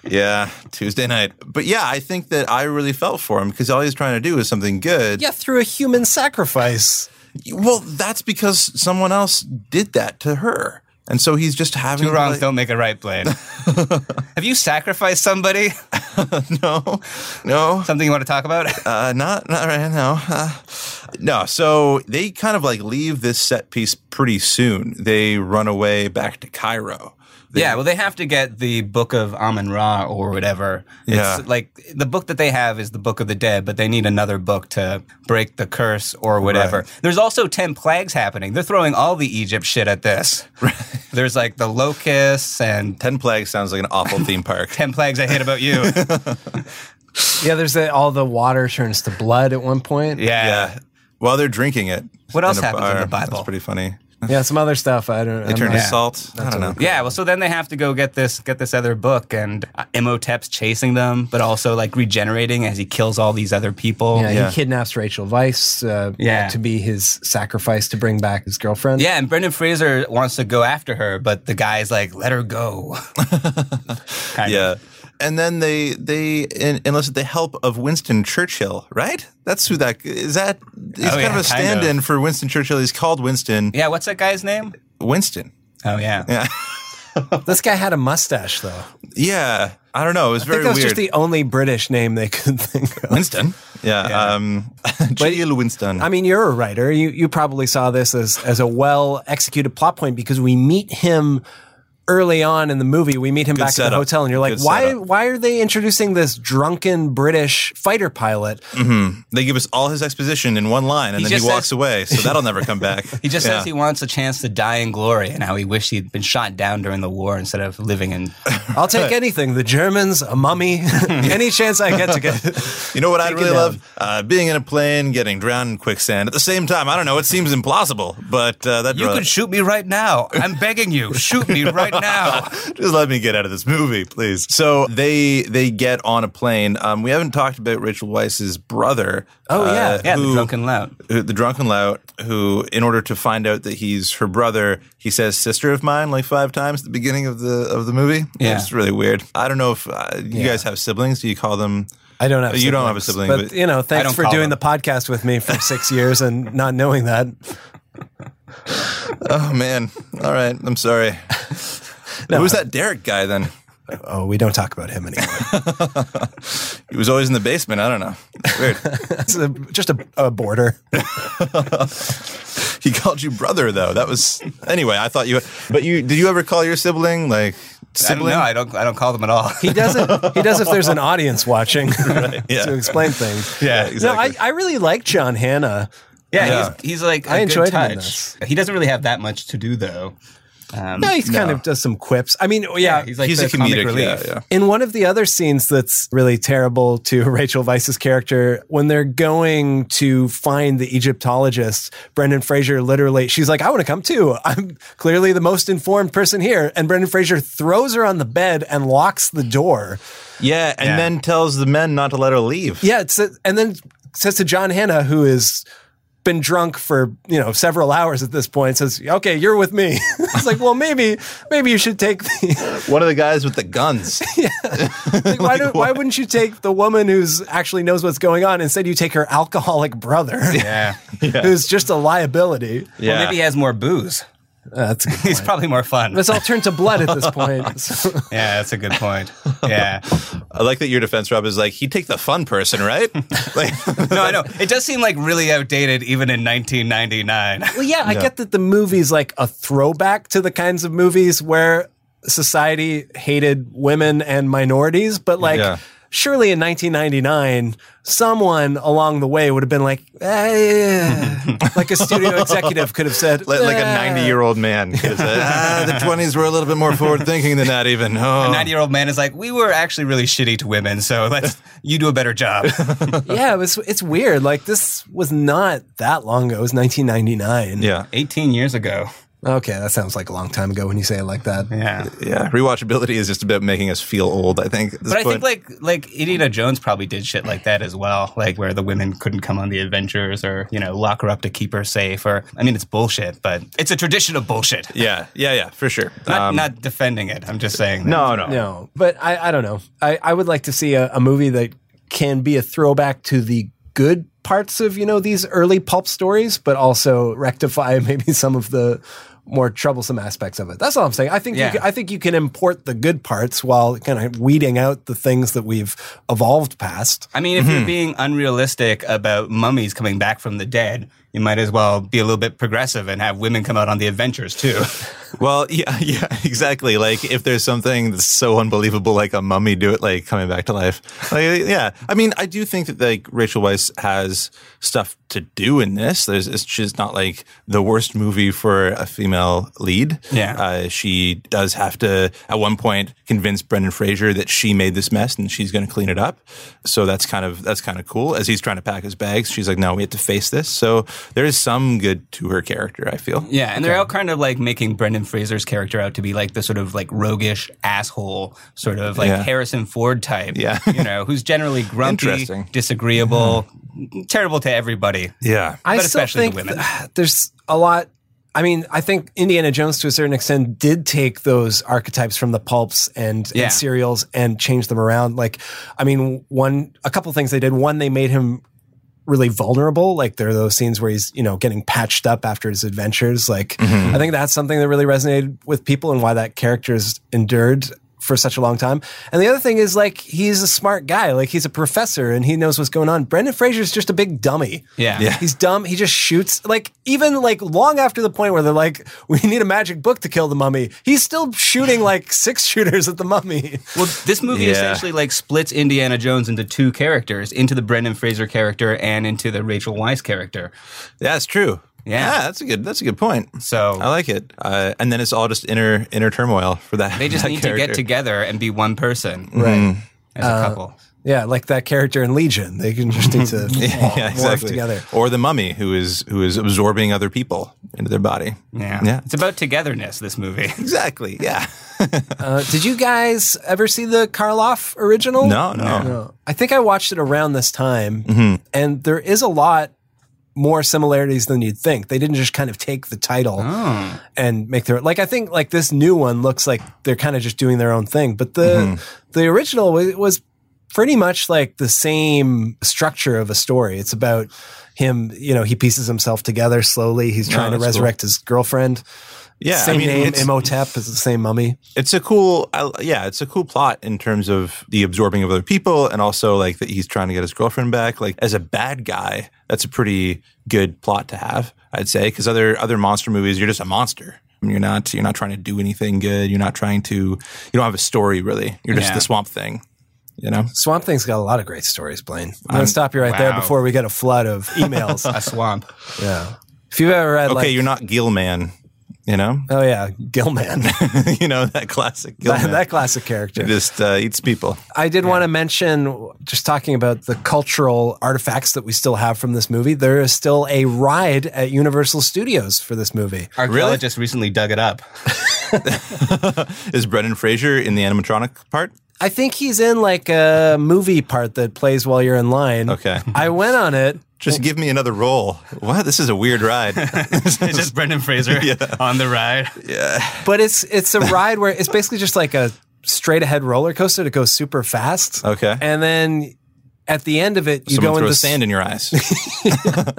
Yeah, Tuesday night. But yeah, I think that I really felt for him because all he's trying to do is something good. Yeah, through a human sacrifice. Well, that's because someone else did that to her. And so he's just having Two wrongs like- don't make a right, Blaine. Have you sacrificed somebody? No, no, Something you want to talk about? uh, not not right now. Uh, no, so they kind of like leave this set piece pretty soon. They run away back to Cairo. They- yeah, well, they have to get the Book of Amun Ra or whatever. Yeah. It's like the book that they have is the Book of the Dead, but they need another book to break the curse or whatever. Right. There's also 10 plagues happening. They're throwing all the Egypt shit at this. There's like the locusts and Ten Plagues sounds like an awful theme park. 10 plagues I hate about you. yeah. Yeah, there's that all the water turns to blood at one point. yeah. While they're drinking it. What in else a happens in bar. the Bible? That's pretty funny. Yeah, some other stuff. I don't. They turn to Yeah. salt. I don't know. Yeah, well, so then they have to go get this get this other book, and uh, Imhotep's chasing them, but also like regenerating as he kills all these other people. Yeah, Yeah. he kidnaps Rachel Weiss uh, Yeah. to be his sacrifice to bring back his girlfriend. Yeah, and Brendan Fraser wants to go after her, but the guy's like, "Let her go." Kind of. Yeah. And then they they in, unless they help of Winston Churchill, right? That's who that is. That he's Oh, kind yeah, of a kind stand-in of. for Winston Churchill. He's called Winston. Yeah, what's that guy's name? Winston. Oh yeah, This guy had a mustache though. Yeah. I don't know. It was I think very that was weird. just the only British name they could think of. Winston. Yeah. Um, Churchill Winston. I mean, you're a writer. You you probably saw this as as a well executed plot point because we meet him early on in the movie. We meet him back at the setup. hotel, and you're like, Good why setup. why are they introducing this drunken British fighter pilot? they give us all his exposition in one line, and He then he just walks says- away. So that'll never come back. he just Yeah. says he wants a chance to die in glory, and how he wished he'd been shot down during the war instead of living in. I'll take anything. The Germans, a mummy, any chance I get to get. You know what I'd Take it really down. love? Uh, being in a plane, getting drowned in quicksand. At the same time, I don't know. It seems implausible, but uh, that You could shoot me right now. I'm begging you. Shoot me right now. just let me get out of this movie, please. So they they get on a plane. Um, we haven't talked about Rachel Weisz's brother. uh, Oh, yeah. Yeah, the who- drunken lout. who- the drunken lout. Who, in order to find out that he's her brother, he says "sister of mine" like five times at the beginning of the of the movie. Yeah. it's really weird. I don't know if uh, you guys have siblings. Do you call them? I don't have. You don't have a sibling, but, but- you know, I thanks don't for call doing them. the podcast with me for six years and not knowing that. Oh man! All right, I'm sorry. Who's that Derek guy then? Oh, we don't talk about him anymore. He was always in the basement. I don't know. Weird. It's a, just a, a border. he called you brother though. That was anyway. I thought you. But you did you ever call your sibling like sibling? No, I don't. I don't call them at all. He does it. He does if there's an audience watching yeah. to explain things. Yeah, exactly. No, I, I really like John Hannah. Yeah, Yeah. He's, he's like a I good enjoyed him in touch. this. He doesn't really have that much to do though. Um, No, he kind of does some quips. I mean, yeah. he's like He's the a comic comedic. relief. Yeah, yeah. in one of the other scenes that's really terrible to Rachel Vice's character, when they're going to find the Egyptologist, Brendan Fraser literally, she's like, I want to come too. I'm clearly the most informed person here. And Brendan Fraser throws her on the bed and locks the door. Yeah, and Yeah. then tells the men not to let her leave. Yeah, it's and then says to John Hannah, who has been drunk for you know several hours at this point, says, "Okay, you're with me." it's like, well, maybe maybe you should take the One of the guys with the guns. like, why don't, why wouldn't you take the woman who's actually knows what's going on? Instead, you take her alcoholic brother, Yeah. who's just a liability. Yeah. Well, maybe he has more booze. Uh, that's a good He's point. probably more fun. Let's all turn to blood at this point. So- yeah, that's a good point. Yeah. I like that your defense, Rob, is like he take the fun person, right? like, No, I know. It does seem like really outdated even in 1999. Well, yeah, I get that the movie's like a throwback to the kinds of movies where society hated women and minorities, but like Yeah. surely in 1999, someone along the way would have been like, eh. like a studio executive could have said, like, like a "Eh." ninety-year-old man. could've said, uh, ah, the twenties were a little bit more forward-thinking than that, even. Oh. 90 year old man is like, we were actually really shitty to women, so let's you do a better job. Yeah, it was, it's weird. Like this was not that long ago. It was 1999. yeah, 18 years ago. Okay, that sounds like a long time ago when you say it like that. Yeah. yeah. Rewatchability is just about making us feel old. I think. at this But I point. think like like Indiana Jones probably did shit like that as well, like where the women couldn't come on the adventures or you know lock her up to keep her safe. Or I mean, it's bullshit, but it's a tradition of bullshit. Yeah, yeah, yeah, for sure. Not, Um, not defending it. I'm just saying. that. no, no, No, but I, I don't know. I, I would like to see a, a movie that can be a throwback to the good parts of, you know, these early pulp stories, but also rectify maybe some of the more troublesome aspects of it. That's all I'm saying. I think Yeah. you can, I think you can import the good parts while kind of weeding out the things that we've evolved past. Mm-hmm. I mean, if you're being unrealistic about mummies coming back from the dead, you might as well be a little bit progressive and have women come out on the adventures too. Well, yeah, yeah, exactly. Like if there's something that's so unbelievable, like a mummy do it, like coming back to life. Like, uh, yeah, I mean, I do think that like Rachel Weisz has stuff to do in this. There's, it's just not like the worst movie for a female lead. Yeah. uh, she does have to at one point convince Brendan Fraser that she made this mess and she's going to clean it up. So that's kind of that's kind of cool. As he's trying to pack his bags, she's like, "No, we have to face this." So there is some good to her character. I feel. Yeah, and they're all kind of like making Brendan Fraser's character out to be like the sort of like roguish asshole, sort of like Yeah. Harrison Ford type. Yeah. you know, who's generally grumpy, Interesting. Mm-hmm. disagreeable, terrible to everybody. Yeah. I but still especially think the women. th- there's a lot. I mean, I think Indiana Jones to a certain extent did take those archetypes from the pulps and, Yeah. and serials and change them around. Like, I mean, one, a couple things they did. One, they made him really vulnerable. Like there are those scenes where he's, you know, getting patched up after his adventures. Like Mm-hmm. I think that's something that really resonated with people and why that character has endured for such a long time. And the other thing is like he's a smart guy. Like he's a professor and he knows what's going on. Brendan Fraser's just a big dummy. Yeah. Yeah. He's dumb. He just shoots. Like even like long after the point where they're like, we need a magic book to kill the mummy. He's still shooting like six shooters at the mummy. Well, this movie Yeah. essentially like splits Indiana Jones into two characters, into the Brendan Fraser character and into the Rachel Weisz character. That's true. Yeah. that's a good that's a good point. So- I like it. Uh, and then it's all just inner inner turmoil for that. They just that need to character. Hmm. get together and be one person, Right. As a couple. Yeah, like that character in Legion. They can just need to Yeah, exactly. morph together. Or the mummy who is who is absorbing other people into their body. Yeah. Yeah. It's about togetherness, this movie. Exactly. Yeah. Uh, did you guys ever see the Karloff original? No, no. I think I watched it around this time, Mm-hmm. and there is a lot more similarities than you'd think. They didn't just kind of take the title Oh. and make their like. I think like this new one looks like they're kind of just doing their own thing, but the Mm-hmm. the original was, was pretty much like the same structure of a story. It's about him, you know, he pieces himself together slowly. He's trying to Oh, that's cool. resurrect his girlfriend. Yeah. same I mean, name, it's, Imhotep is the same mummy. it's a cool, I, yeah, it's a cool plot in terms of the absorbing of other people and also like that he's trying to get his girlfriend back. Like as a bad guy, that's a pretty good plot to have, I'd say, because other other monster movies, you're just a monster. I mean, You're not you're not trying to do anything good. You're not trying to you don't have a story really. You're just Yeah. the swamp thing. You know? Swamp Thing's got a lot of great stories, Blaine. I'm Um, going to stop you right there wow. before we get a flood of emails. A swamp. yeah. If you've ever read, Okay, like, you're not Gilman, you know? oh yeah, Gilman, you know, that classic Gilman. that, that classic character. just uh, eats people. I did want to mention, just talking about the cultural artifacts that we still have from this movie. There is still a ride at Universal Studios for this movie. Archaeologists recently dug it up. Is Brendan Fraser in the animatronic part? I think he's in like a movie part that plays while you're in line. Okay. I went on it. Just give me another role. Wow, this is a weird ride. It's just Brendan Fraser on the ride. but it's it's a ride where it's basically just like a straight ahead roller coaster that goes super fast. Okay. and then at the end of it, you Someone go into throws s- sand in your eyes.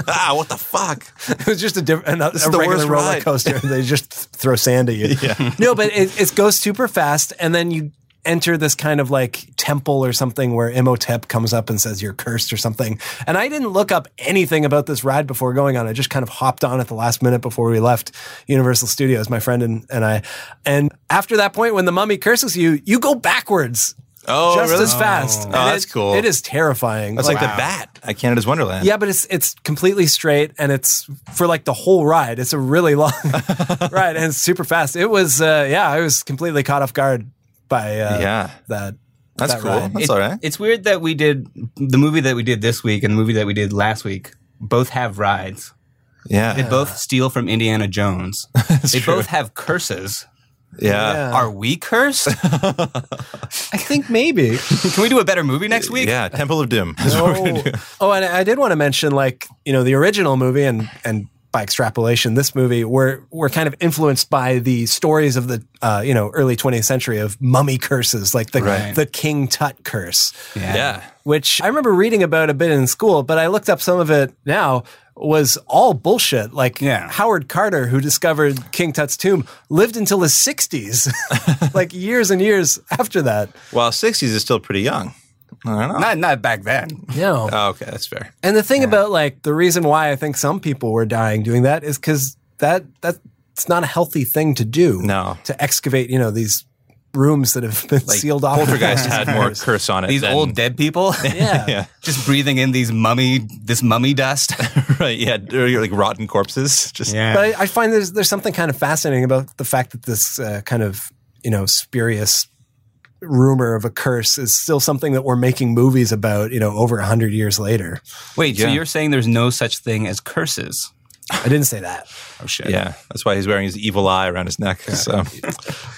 ah, what the fuck? It was just a different, a, is a the regular worst roller ride. coaster. they just th- throw sand at you. no, but it, it goes super fast, and then you enter this kind of like temple or something where Imhotep comes up and says you're cursed or something. And I didn't look up anything about this ride before going on. I just kind of hopped on at the last minute before we left Universal Studios, my friend and, and I. And after that point, when the mummy curses you, you go backwards. Oh, just really? as fast. Oh, And that's it- cool. It is terrifying. That's like the bat at Canada's Wonderland. Yeah, but it's it's completely straight and it's for like the whole ride. It's a really long ride and it's super fast. It was uh, yeah, I was completely caught off guard by uh, Yeah. that. That's that cool. ride. That's all right. It's weird that we did the movie that we did this week and the movie that we did last week both have rides. Yeah. They both steal from Indiana Jones. they both have curses. yeah. Are we cursed? I think maybe. Can we do a better movie next week? Yeah. Temple of Doom. oh, oh, and I did want to mention like you know the original movie and and by extrapolation this movie were were kind of influenced by the stories of the uh, you know early 20th century of mummy curses like the Right. the King Tut curse. yeah. which I remember reading about a bit in school, but I looked up some of it now was all bullshit. Like Yeah. Howard Carter, who discovered King Tut's tomb, lived until his 60s, like years and years after that. Well, 60s is still pretty young. I don't know. Not not back then. No. Oh, okay, that's fair. Uh, And the thing about like the reason why I think some people were dying doing that is because that that it's not a healthy thing to do. No. to excavate you know these rooms that have been sealed off. Poltergeist had more curse on it. These than- old dead people. Yeah. Yeah. Just breathing in these mummy this mummy dust. right? Yeah, they're like rotten corpses. Just yeah. But I, I find there's there's something kind of fascinating about the fact that this uh, kind of you know spurious rumor of a curse is still something that we're making movies about you know over 100 years later Wait, so you're saying there's no such thing as curses? i didn't say that Oh shit. yeah. That's why he's wearing his evil eye around his neck, so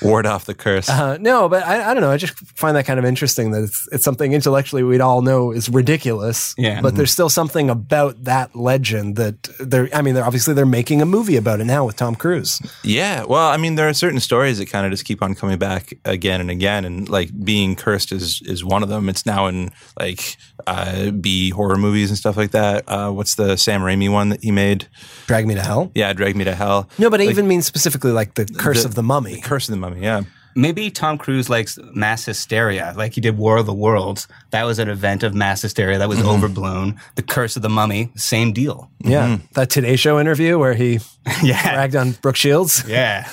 ward off the curse. Uh, no, but I, I don't know. I just find that kind of interesting that it's, it's something intellectually we'd all know is ridiculous. Yeah. But there's still something about that legend that they're, I mean, they're obviously they're making a movie about it now with Tom Cruise. Yeah, well, I mean, there are certain stories that kind of just keep on coming back again and again, and like being cursed is is one of them. It's now in like uh, B horror movies and stuff like that. Uh, what's the Sam Raimi one that he made? Drag Me to Hell. Yeah, Drag Me to Hell. No, but I Like, even mean specifically like the curse of the mummy. Curse of the Mummy. Yeah, Maybe Tom Cruise likes mass hysteria, like he did War of the Worlds. That was an event of mass hysteria that was Mm-hmm. overblown. The Curse of the Mummy, same deal. yeah. Mm-hmm. That Today Show interview where he yeah. ragged on Brooke Shields. Yeah.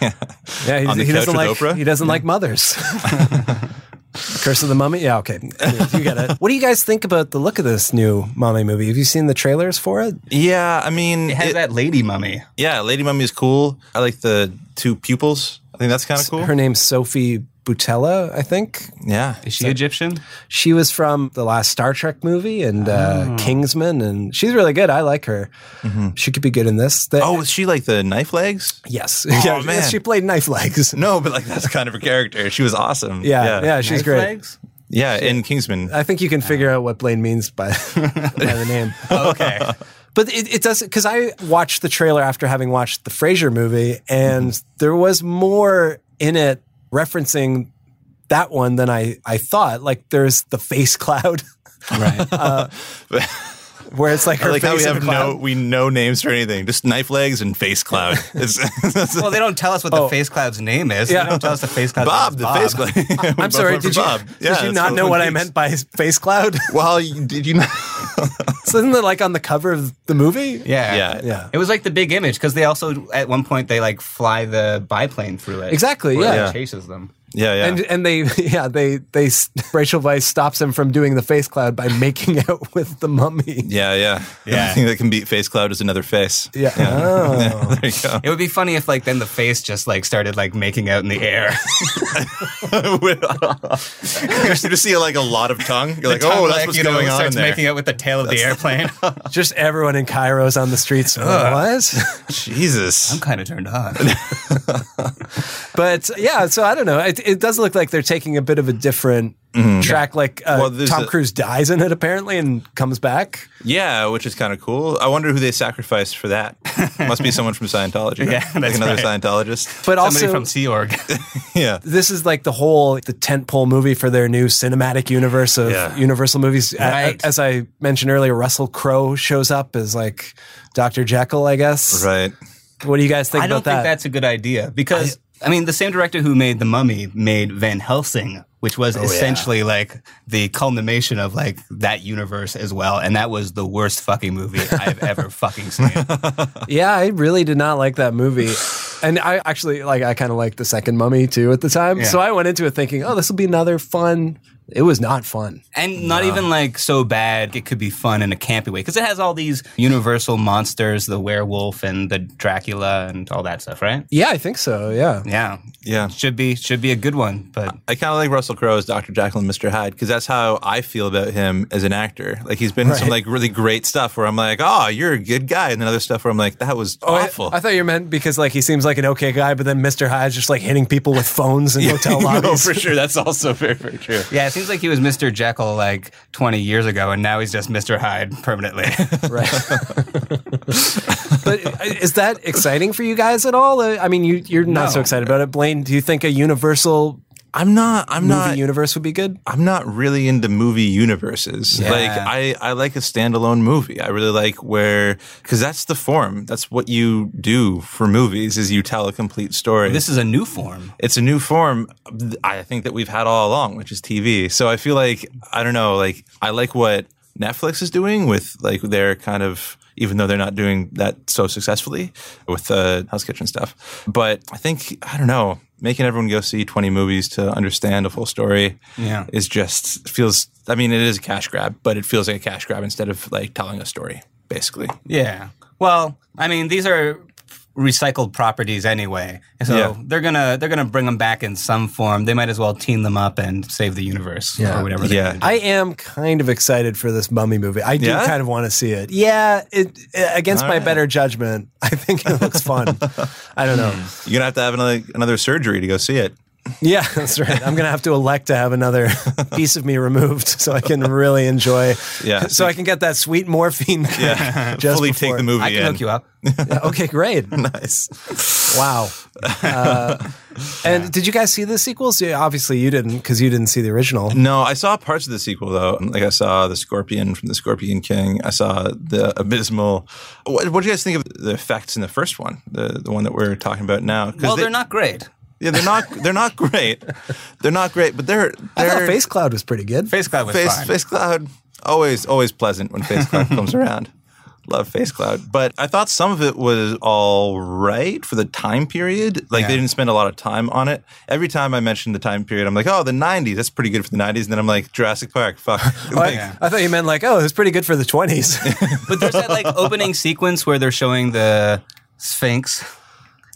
Yeah. On the he, he couch doesn't like, with Oprah? he doesn't like mothers. Curse of the Mummy. Yeah, okay. Anyways, You got it. What do you guys think about the look of this new mummy movie? Have you seen the trailers for it? yeah. I mean, It has it- that lady mummy. yeah, Lady Mummy is cool. I like the two pupils. I think that's kind of cool. Her name's Sophie Butella, I think. yeah, Is she Egyptian? She was from the last Star Trek movie and Oh. uh, Kingsman, and she's really good. I like her. She could be good in this. The- Mm-hmm. Oh, is she like the knife legs? yes. Oh, man. She played Knife Legs. No, but like that's kind of her character. She was awesome. Yeah, yeah, yeah, she's Knife great. legs? yeah in Kingsman. I think you can figure out what Blaine means by, by the name. Okay. But it, it does because I watched the trailer after having watched the Frasier movie, and Mm-hmm. there was more in it referencing that one than I I thought. Like there's the face cloud, Uh, right. where it's like I her like face how we in have the cloud. no we no names for anything, just knife legs and face cloud. It's, Well, they don't tell us what the face cloud's name is. Yeah. They don't tell us the face cloud's Oh. Bob, the name face is cloud. We I'm both sorry. went for Did you, Bob. did you that's not what know it what I means. meant by face cloud? Well, you- did you not? so isn't that like on the cover of the movie? Yeah. Yeah. Yeah. It was like the big image because they also, at one point, they like fly the biplane through it. Exactly, Where yeah. It chases them. Yeah, yeah. And and they yeah they they Rachel Weisz stops him from doing the face cloud by making out with the mummy. yeah, yeah. The Yeah. only thing that can beat face cloud is another face. Yeah. Oh. There you It would be funny if, like, then the face just like started like making out in the air. go. uh, you just see like a lot of tongue. You're like, oh, that's Like, what's you know, going it on in starts there. making out with the tail of the airplane. Just everyone in Cairo's on the streets. What? Jesus. I'm kind of turned on. But yeah, so I don't know. It, it does look like they're taking a bit of a different track. Like uh, Mm-hmm. Well, there's Tom a- Cruise dies in it apparently and comes back. Yeah, which is kind of cool. I wonder who they sacrificed for that. Must be someone from Scientology. right? Yeah, like that's another right. Scientologist. But Somebody also from Sea Org. yeah. this is like the whole the tentpole movie for their new cinematic universe of Yeah. Universal movies. A- Right. As I mentioned earlier, Russell Crowe shows up as like Dr. Jekyll, I guess. Right. What do you guys think I don't about that? think that's a good idea because I, mean the same director who made The Mummy made Van Helsing, which was Oh, essentially like the culmination of like that universe as well, and that was the worst fucking movie I've ever fucking seen. yeah, I really did not like that movie. And I actually like I kind of liked the second mummy too at the time. Yeah. So I went into it thinking, oh, this will be another fun. It was not fun. And not even like so bad it could be fun in a campy way because it has all these universal monsters, the werewolf and the Dracula and all that stuff, right? Yeah, I think so. Yeah. Yeah. Yeah. Should be should be a good one, but I kind of like Russell Crowe as Dr. Jekyll and Mr. Hyde because that's how I feel about him as an actor. Like he's been in some Right. like really great stuff where I'm like, oh, you're a good guy, and then other stuff where I'm like, that was awful. Oh, I, I thought you meant because like he seems like an okay guy, but then Mr. Hyde's just like hitting people with phones in hotel lobbies. no, Oh, for sure. That's also very, very true. Yeah, it seems like he was Mr. Jekyll like 20 years ago, and now he's just Mr. Hyde permanently. Right. but is Uh, that exciting for you guys at all? Uh, I mean, you, you're not so excited about it. Blaine, do you think a universal I'm not. I'm movie not. universe would be good. I'm not really into movie universes. Like I, I like a standalone movie. I really like where because that's the form. That's what you do for movies is you tell a complete story. This is a new form. it's a new form. I think that we've had all along, which is TV. So I feel like I don't know. Like I like what Netflix is doing with like their kind of. Even though they're not doing that so successfully with the House Kitchen stuff. But I think, I don't know, making everyone go see 20 movies to understand a full story Yeah. is just feels I mean it is a cash grab, but it feels like a cash grab instead of like telling a story basically. Yeah. Well, I mean, these are recycled properties anyway, so Yeah. they're gonna they're gonna bring them back in some form. They might as well team them up and save the universe or whatever. they Yeah. do. I am kind of excited for this mummy movie. I do Yeah? kind of want to see it. Yeah, it, uh, against my better judgment, I think it looks fun. I don't know. You're going to have to have another, another surgery to go see it. Yeah, that's right. I'm gonna have to elect to have another piece of me removed so I can really enjoy. Yeah. so I can get that sweet morphine. Yeah. just Fully before. take the movie I can in. hook you up. Okay, great. nice. Wow. Uh, and did you guys see the sequels? Yeah, obviously you didn't because you didn't see the original. No, I saw parts of the sequel though. Like I saw the Scorpion from the Scorpion King. I saw the abysmal. What what do you guys think of the effects in the first one? The the one that we're talking about now? 'Cause Well, they- they, are not great. Yeah, they're not. They're not great. They're not great. But they're. I they're thought Face Cloud was pretty good. Face Cloud was face fine. face cloud always always pleasant when face cloud comes around love face cloud but i thought some of it was all right for the time period like they Yeah. didn't spend a lot of time on it every time i mentioned the time period i'm like oh the 90s that's pretty good for the 90s and then i'm like jurassic park fuck Like, Oh, yeah. I thought you meant like, oh, it was pretty good for the 20s. But there's that like opening sequence where they're showing the Sphinx.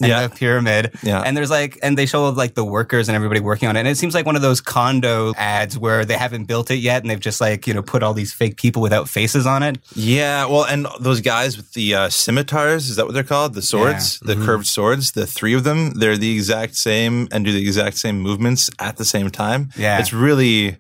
And Yeah. the pyramid. Yeah. And there's like, and they show like the workers and everybody working on it. And it seems like one of those condo ads where they haven't built it yet and they've just like, you know, put all these fake people without faces on it. yeah well and those guys with the uh, scimitars is that what they're called the swords the curved swords the three of them they're the exact same and do the exact same movements at the same time Yeah. it's really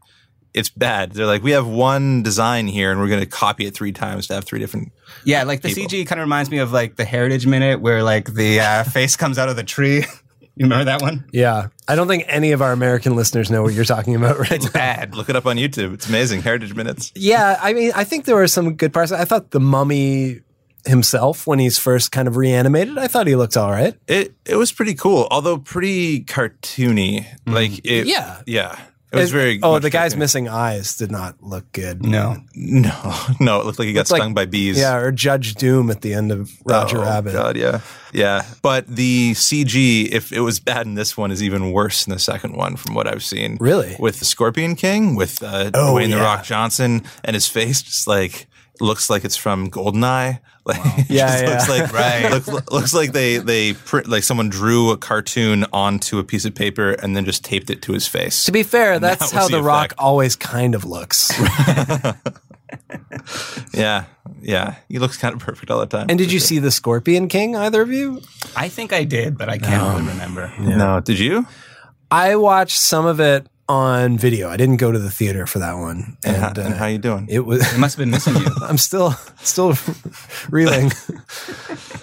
it's bad. They're like, we have one design here, and we're going to copy it three times to have three different. Yeah, like the CG kind of reminds me of like the Heritage Minute where like the uh, face comes out of the tree. you remember that one? yeah. I don't think any of our American listeners know what you're talking about right now. Bad. Look it up on YouTube. It's amazing. Heritage minutes. Yeah, I mean, I think there were some good parts. I thought the mummy himself, when he's first kind of reanimated, I thought he looked all right. It it was pretty cool, although pretty cartoony. Like it. Yeah. yeah. It was very. Oh, much the guy's cartoony. missing eyes did not look good. No. No, no. It looked like he got like- stung by bees. Yeah, or Judge Doom at the end of Roger Oh, Rabbit. God, yeah, yeah. But the CG, if it was bad in this one, is even worse in the second one, from what I've seen. Really? with the Scorpion King, with uh, Oh, Dwayne the yeah. Rock Johnson, and his face just like looks like it's from Goldeneye. Like, it Yeah, just yeah. looks like Right. look, looks like they they print like someone drew a cartoon onto a piece of paper and then just taped it to his face. To be fair, that's was how the The Rock effect. always kind of looks. yeah, yeah. He looks kind of perfect all the time. and did you see The Scorpion King, either of you? I think I did, but I can't really remember. no, did you? I watched some of it on video. I didn't go to the theater for that one. And, And, uh, how you doing? it was It must have been missing you. I'm still still reeling.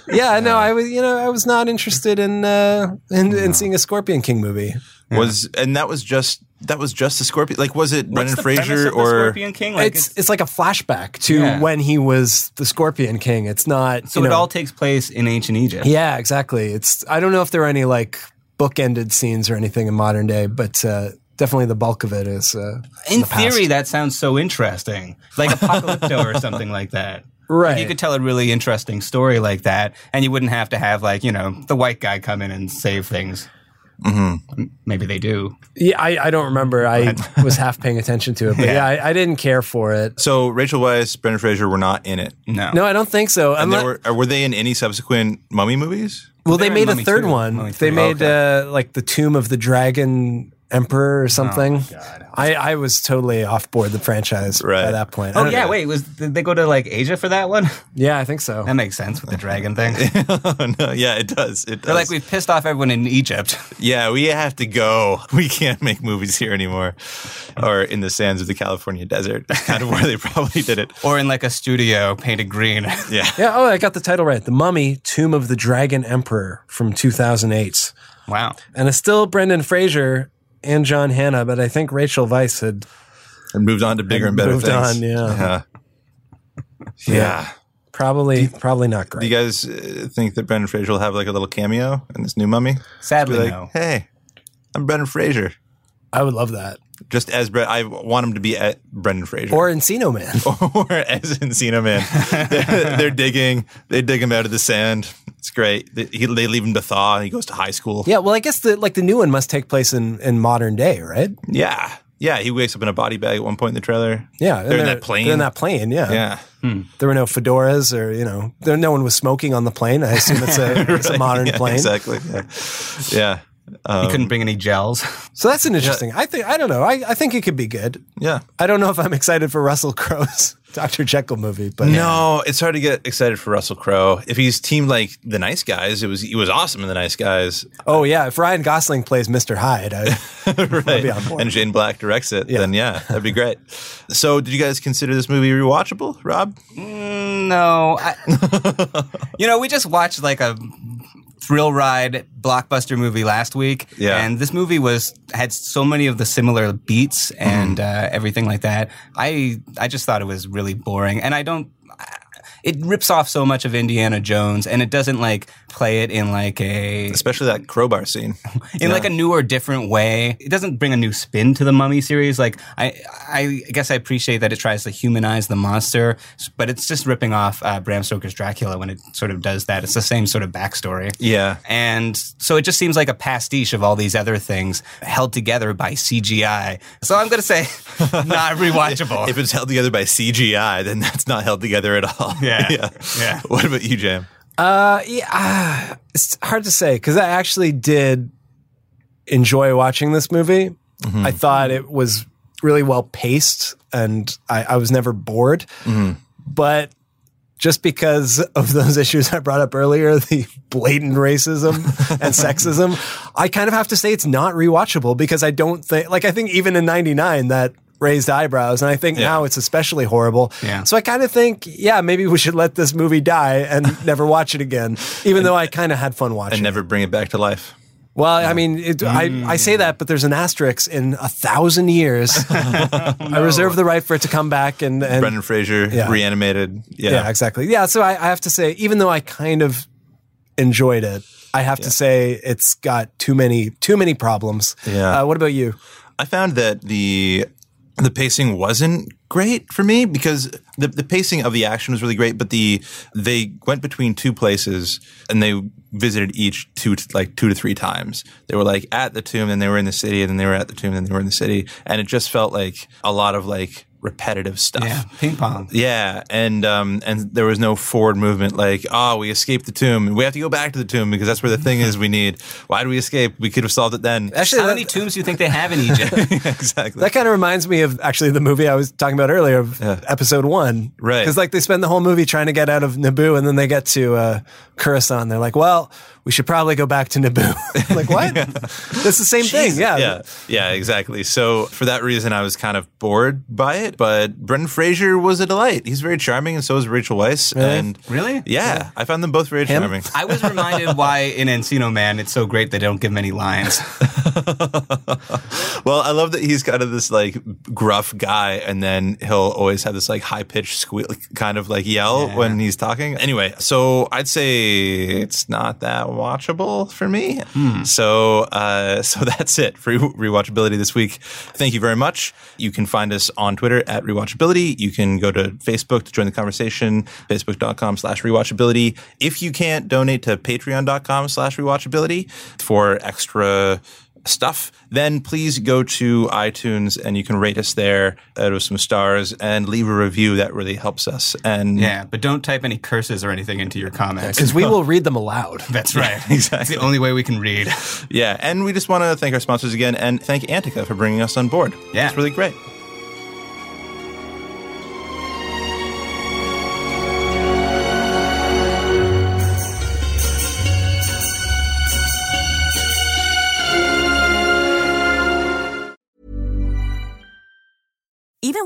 yeah, no, I was you know, I was not interested in uh in, in seeing a Scorpion King movie. was and that was just that was just the scorpion like was it What's brendan the premise fraser of the or Scorpion King? Like, it's it's like a flashback to Yeah. when he was the Scorpion King. It's not so you it know- all takes place in ancient Egypt. Yeah, exactly. It's I don't know if there are any like bookended scenes or anything in modern day, but uh, definitely the bulk of it is uh, In the past. theory, that sounds so interesting, like Apocalypto or something like that. Right. You could tell a really interesting story like that, and you wouldn't have to have like you know the white guy come in and save things. Mm-hmm. Maybe they do. yeah, I, I don't remember. I was half paying attention to it, but yeah, I, I didn't care for it. so rachel weisz brendan fraser were not in it No. No, I don't think so. and Unless- they were, or were they in any subsequent mummy movies well, they're they in made a Mummy third 2, one. Mummy they 3. made uh, like the Tomb of the Dragon Emperor or something. I, I was totally off board the franchise Right. by that point. I Oh don't yeah, know. wait. Was did they go to like Asia for that one? yeah, I think so. That makes sense with the dragon thing. no, yeah it does it They're does like we've pissed off everyone in Egypt. yeah we have to go we can't make movies here anymore or in the sands of the california desert That's kind of where they probably did it or in like a studio painted green. yeah Yeah, oh, I got the title right. The Mummy, Tomb of the Dragon Emperor from 2008. wow. and it's still Brendan Fraser and John Hannah, but I think Rachel Weiss had and moved on to bigger and better moved things. on, yeah. yeah. Yeah. probably probably not great. Do you guys uh, think that Brendan Fraser will have like a little cameo in this new mummy? Be Sadly, like, no. hey, I'm Brendan Fraser. I would love that. Just as Bre- I want him to be at Brendan Fraser. Or Encino Man. or as Encino Man. They're, they're digging. They dig him out of the sand. It's great. They, he, they leave him to thaw, and he goes to high school. Yeah, well, I guess the like the new one must take place in in modern day, right? yeah, yeah. He wakes up in a body bag at one point in the trailer. Yeah, they're in that plane. They're in that plane. Yeah, yeah, There were no fedoras, or you know, there no one was smoking on the plane. I assume it's a, it's a modern Yeah, plane. exactly. Yeah, yeah. you couldn't bring any gels. So that's an interesting. I think I don't know. I, I think it could be good. yeah. I don't know if I'm excited for Russell Crowe's Doctor Jekyll movie, but No, it's hard to get excited for Russell Crowe. If he's teamed like the Nice Guys, it was he was awesome in the Nice Guys, oh yeah, if Ryan Gosling plays Mister Hyde, I, right? on board. And Shane Black directs it. Then yeah, that'd be great. So, did you guys consider this movie rewatchable, Rob? No, I, you know, we just watched like a thrill ride blockbuster movie last week, Yeah. and this movie was had so many of the similar beats and uh, everything like that. I I just thought it was really boring, and I don't. I- It rips off so much of Indiana Jones, and it doesn't like play it in like a Especially that crowbar scene. in like a new or different way. It doesn't bring a new spin to the Mummy series. Like I, I guess I appreciate that it tries to humanize the monster, s- but it's just ripping off uh, Bram Stoker's Dracula when it sort of does that. It's the same sort of backstory. Yeah. And so it just seems like a pastiche of all these other things held together by CGI. So I'm going to say not rewatchable. If it's held together by CGI, then that's not held together at all. Yeah. yeah. Yeah. What about you, Jam? uh, yeah, ah, it's hard to say because I actually did enjoy watching this movie. I thought it was really well paced, and I, I was never bored. But just because of those issues I brought up earlier, the blatant racism and sexism, I kind of have to say it's not rewatchable because I don't think, like, I think even in 99, that raised eyebrows, and I think now it's especially horrible. Yeah. So I kind of think, yeah, maybe we should let this movie die and never watch it again, even though I kind of had fun And watching it. never bring it back to life. Well, I mean, it, I, I Mm. say that, but there's an asterisk in a thousand years. I reserve the right for it to come back and, and Oh, Brendan Fraser Yeah. reanimated. Yeah. yeah. exactly. Yeah. So I, I have to say, even though I kind of enjoyed it, I have to say it's got too many, too many problems. Yeah. Uh, what about you? I found that the the pacing wasn't great for me because the the pacing of the action was really great, but the they went between two places and they visited each two to, like two to three times. They were like at the tomb, then they were in the city, and then they were at the tomb, then they were in the city, and it just felt like a lot of like repetitive stuff. yeah, ping pong. Yeah, and um, and there was no forward movement. Like, oh, we escaped the tomb. We have to go back to the tomb because that's where the thing is. We need. Why did we escape? We could have solved it then. How many tombs do you think they have in Egypt? exactly. That kind of reminds me of actually the movie I was talking about earlier, of episode one. Right. Because like they spend the whole movie trying to get out of Naboo, and then they get to uh, Coruscant. And they're like, "Well, we should probably go back to Naboo." like what? That's the same thing. Yeah. yeah, yeah, exactly. So for that reason, I was kind of bored by it. But Brendan Fraser was a delight. He's very charming, and so is Rachel Weisz. And Really? yeah, I found them both very charming. I was reminded why in Encino Man it's so great they don't give him any lines. Well, I love that he's kind of this like gruff guy, and then he'll always have this like high pitched squeal, kind of like yell when he's talking. Anyway, so I'd say it's not that watchable for me. So, uh, so that's it for rewatchability this week. Thank you very much. You can find us on Twitter at rewatchability. You can go to Facebook to join the conversation, facebook.com slash rewatchability. If you can't donate to patreon.com slash rewatchability for extra stuff, then please go to iTunes and you can rate us there out of some stars and leave a review. That really helps us. And Yeah, but don't type any curses or anything into your comments. Because we will read them aloud. That's right. It's the only way we can read. yeah, and we just want to thank our sponsors again and thank Antica for bringing us on board. Yeah. It's really great. Even